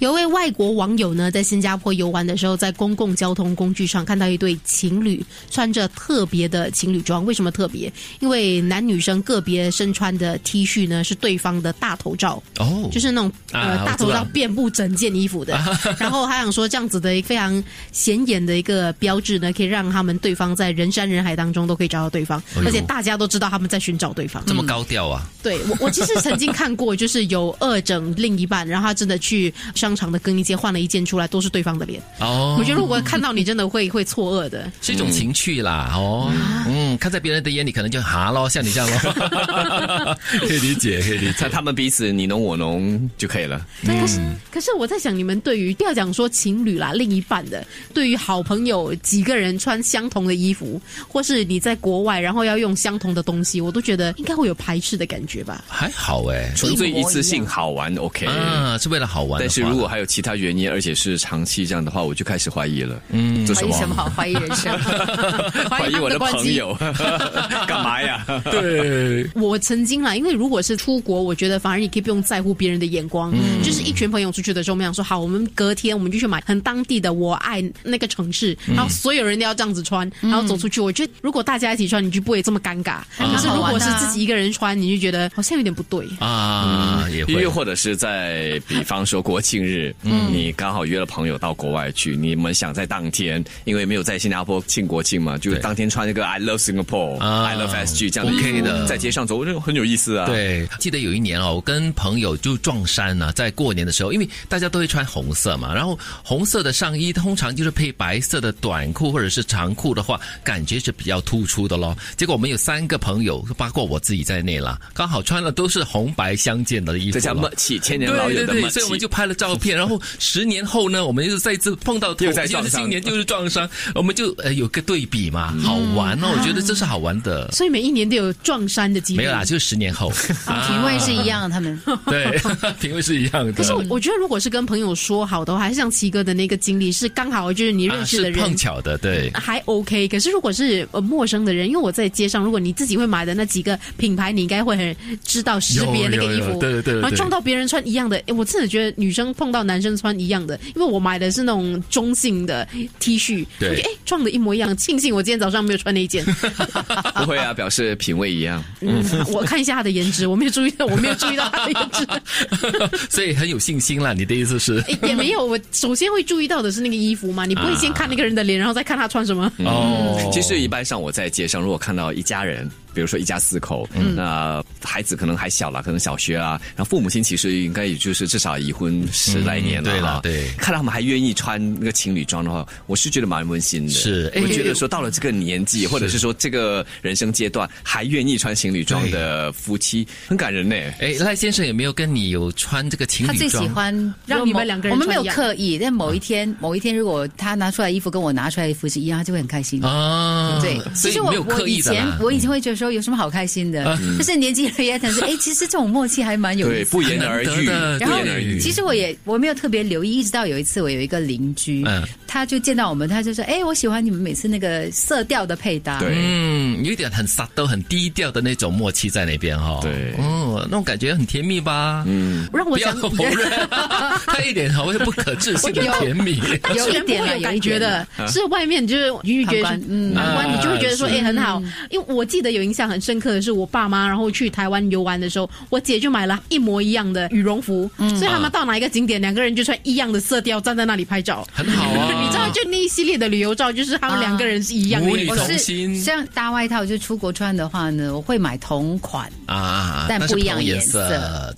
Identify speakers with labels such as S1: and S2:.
S1: 有位外国网友呢，在新加坡游玩的时候，在公共交通工具上看到一对情侣穿着特别的情侣装。为什么特别？因为男女生个别身穿的 T 恤呢，是对方的大头罩，
S2: 哦，
S1: 就是那种呃、
S2: 啊
S1: 大头
S2: 我知
S1: 罩
S2: 道啊
S1: 遍布整件衣服的。 然后他想说，这样子的一个非常显眼的一个标志呢，可以让他们对方在人山人海当中都可以找到对方，
S2: 哎呦
S1: 而且大家都知道他们在寻找对方。
S2: 这么高调啊！
S1: 对我，我其实曾经看过，就是有恶整另一半，然后他真的去商场的更衣间换了一件出来，都是对方的脸。
S2: 哦，
S1: 我觉得如果看到你，真的会会错愕的。
S2: 是一种情趣啦，哦，
S1: 啊
S2: 嗯，看在别人的眼里，可能就哈咯，像你这 样咯，可以理解，可以理
S3: 在。他们彼此你侬我侬就可以了。
S1: 可是可是我在想，你们对于不要讲说情侣啦，另一半的，对于好朋友几个人穿相同的衣服，或是你在国外然后要用相同的东西，我都觉得应该会有排斥的感觉吧。
S2: 还好哎，
S3: 纯粹
S1: 一模一
S3: 一
S1: 样
S3: 次性好玩 OK，、
S2: 啊，是为了好玩的话。
S3: 但是如果还有其他原因，而且是长期这样的话，我就开始怀疑了。嗯，这
S4: 怀疑什么？ 怀疑 人生，
S3: 怀
S1: 怀疑
S3: 疑
S1: 他
S3: 我
S1: 们的关
S3: 朋
S1: 系。
S3: 友， 干嘛 呀？
S2: 对，
S1: 我曾经啦，因为如果是出国，我觉得反而你可以不用在乎别人的眼光。
S2: 嗯
S1: 就是一群朋友出去的时候，我们想说好，我们隔天我们就去买很当地的我爱那个城市，
S2: 嗯
S1: 然后所有人都要这样子穿，然后走出去。我觉得如果大家一起穿，你就不会这么尴
S2: 啊
S1: 尬。但是如果是自己一个人穿，你就觉得好像有点不 对。
S2: 啊，
S1: 嗯
S2: 也会
S3: 又或者是在比方说国庆日，
S2: 嗯
S3: 你刚好约了朋友到国外去，你们想在当天，因为没有在新加坡庆国庆嘛，就
S2: 对
S3: 当天穿一个 I love Singapore、
S2: 啊
S3: I love SG 这样的衣服
S2: OK 的
S3: 在街上走，这个很有意思啊。，
S2: 对，记得有一年哦，我跟朋友就撞衫呢、在过年的时候，因为大家都会穿红色嘛，然后红色的上衣通常就是配白色的短裤或者是长裤的话，感觉是比较突出的咯。结果我们有三个朋友，包括我自己在内啦，刚好穿的都是红白相间的衣服
S3: 这
S2: 咯，
S3: 叫默契，千年老
S2: 对
S3: 友
S2: 对
S3: 的
S2: 对，
S3: 默
S2: 所以我
S3: 契
S2: 们。就拍了照片，然后十年后呢，我们又再次碰到头，
S3: 又在
S2: 就
S3: 撞
S2: 是
S3: 衫
S2: 新年就是撞衫，我们就呃有个对比嘛，好玩哦，我觉得这是好玩的。
S1: 所以每一年都有撞衫的机
S2: 没
S1: 会。
S2: 有啦，就是十年后，
S4: 品味是一样，他们
S2: 对， 品味是一样的。
S1: 可是我我觉得，如果是跟朋友说好的话，还是像奇哥的那个经历，是刚好就是你认
S2: 啊
S1: 识的
S2: 是
S1: 人
S2: 碰巧的，
S4: 啊
S2: 对。
S1: 还 OK，可是如果是呃陌生的人，因为我在街上，如果你自己会买的那几个品牌，你应该会很知道识别那个衣
S2: 有有
S1: 服，
S2: 有对对对对
S1: 然后撞到别人穿一样的，诶我真的觉得女生碰到男生穿一样的，因为我买的是那种中性的 T 恤，
S2: 对
S1: 我觉得哎撞的一模一样，庆幸我今天早上没有穿那一 件。
S3: 不会啊，表示品味一样。
S1: 嗯，我看一下他的颜值，我没有注意到，我没有注意到他的颜 值，
S2: 所以很有信心啦。你的意思是？
S1: 诶也没有。我首先会注意到的是那个衣服嘛，你不会先看那个人的脸，然后再看他穿什么。
S4: 嗯
S2: 哦
S3: 其实一般上我在街上，如果看到一家人，比如说一家四口，
S2: 嗯
S3: 那孩子可能还小了，可能小学啊，然后父母亲其实应该也就是至少已婚十来年了
S2: 嗯对
S3: 啊、
S2: 了对
S3: 看到他们还愿意穿那个情侣装的话，我是觉得蛮温馨的。
S2: 是哎
S3: 我觉得说到了这个年纪，或者是说这个人生阶段，还愿意穿情侣装的夫妻，很感人呢。
S2: 哎，赖先生有没有跟你有穿这个情
S4: 他
S2: 侣
S4: 最喜
S2: 装？
S4: 欢
S1: 让你们两个人
S4: 我们没有
S1: 穿一样
S4: 刻意，但某一天某一天，如果他拿出来衣服跟我拿出来的衣服是一样，他就会很开心。
S2: 啊，
S4: 对，
S2: 所
S4: 其
S2: 以
S4: 实我
S2: 没有刻
S4: 我以
S2: 意的
S4: 前
S2: 啦。嗯
S4: 我以前会觉得说有什么好开心的，就是年纪越大，但是 哎，其实这种默契还蛮有意
S3: 对，
S4: 思。
S3: 不言
S2: 难
S3: 而
S2: 得
S3: 喻，
S2: 的
S3: 不
S4: 然后
S3: 言而喻。
S4: 其实我也我没有特别留意，一直到有一次我有一个邻居，
S2: 嗯
S4: 他就见到我们，他就说：“哎，我喜欢你们每次那个色调的配搭。”
S3: 对
S2: 嗯，有一点很撒都很低调的那种默契在那边哈、哦。
S3: 对
S2: 嗯，那种感觉很甜蜜吧？嗯，
S1: 让我
S2: 不要
S1: 想，
S2: 否 认，他一点好像不可置信的甜蜜。
S4: 有一点啦
S1: 有感觉的，
S3: 啊
S1: 是外面就是你就觉得
S4: 旁观嗯
S1: 旁观，
S3: 啊
S1: 你就会觉得说，
S3: 是
S1: 哎，很好。因为我记得有印象很深刻的是，我爸妈然后去台湾游玩的时候，我姐就买了一模一样的羽绒服，所以他们到哪一个景点，两个人就穿一样的色调，站在那里拍照。
S2: 很好啊
S1: 你知道，就那一系列的旅游照，就是他们两个人是一样的
S2: 母女
S1: 衣服
S4: 我
S2: 同
S4: 是
S2: 心
S4: 像搭外套，就出国穿的话呢，我会买同款。
S2: 啊，
S4: 但
S2: 是
S4: 不一样
S2: 同颜
S4: 颜色